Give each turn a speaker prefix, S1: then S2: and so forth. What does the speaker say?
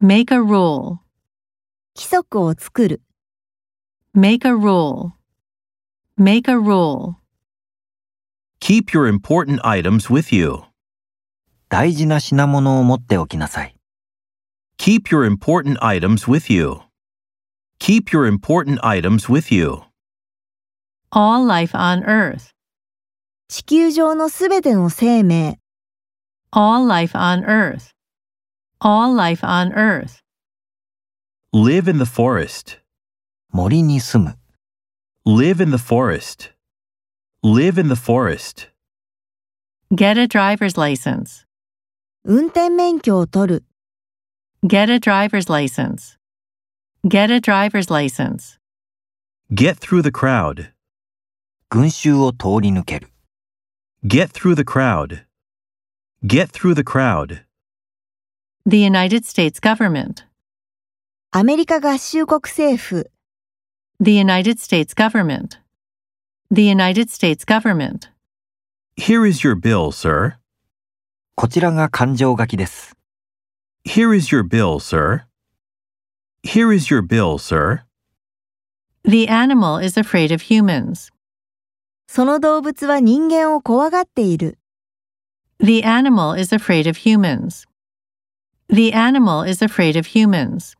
S1: Make a rule.
S2: 規則を作る、
S1: Make a rule. Make a rule.
S3: Keep your important items with you.
S4: 大事な品物を持っておきなさい。
S3: Keep your important items with you. Keep your important items with you.
S1: All life on earth.
S2: 地球上のすべての生命、
S1: All life on earth. All life on earth.
S3: Live in the forest.
S4: 森に住む。
S3: Live in the forest. Live in the forest.
S1: Get a driver's license.
S2: 運転免許を取る、
S1: Get a driver's license. Get a driver's license.
S3: Get through the crowd.
S4: 群衆を通り抜ける。
S3: Get through the crowd. Get through the crowd.
S1: The United States government.
S2: アメリカ合衆国政府、
S1: The United States government. The United States government.
S3: Here is your bill, sir.
S4: こちらが感情書きです。
S3: Here is your bill, sir. Here is your bill, sir.
S1: The animal is afraid of humans.
S2: その動物は人間を怖がっている、
S1: The animal is afraid of humans. The animal is afraid of humans.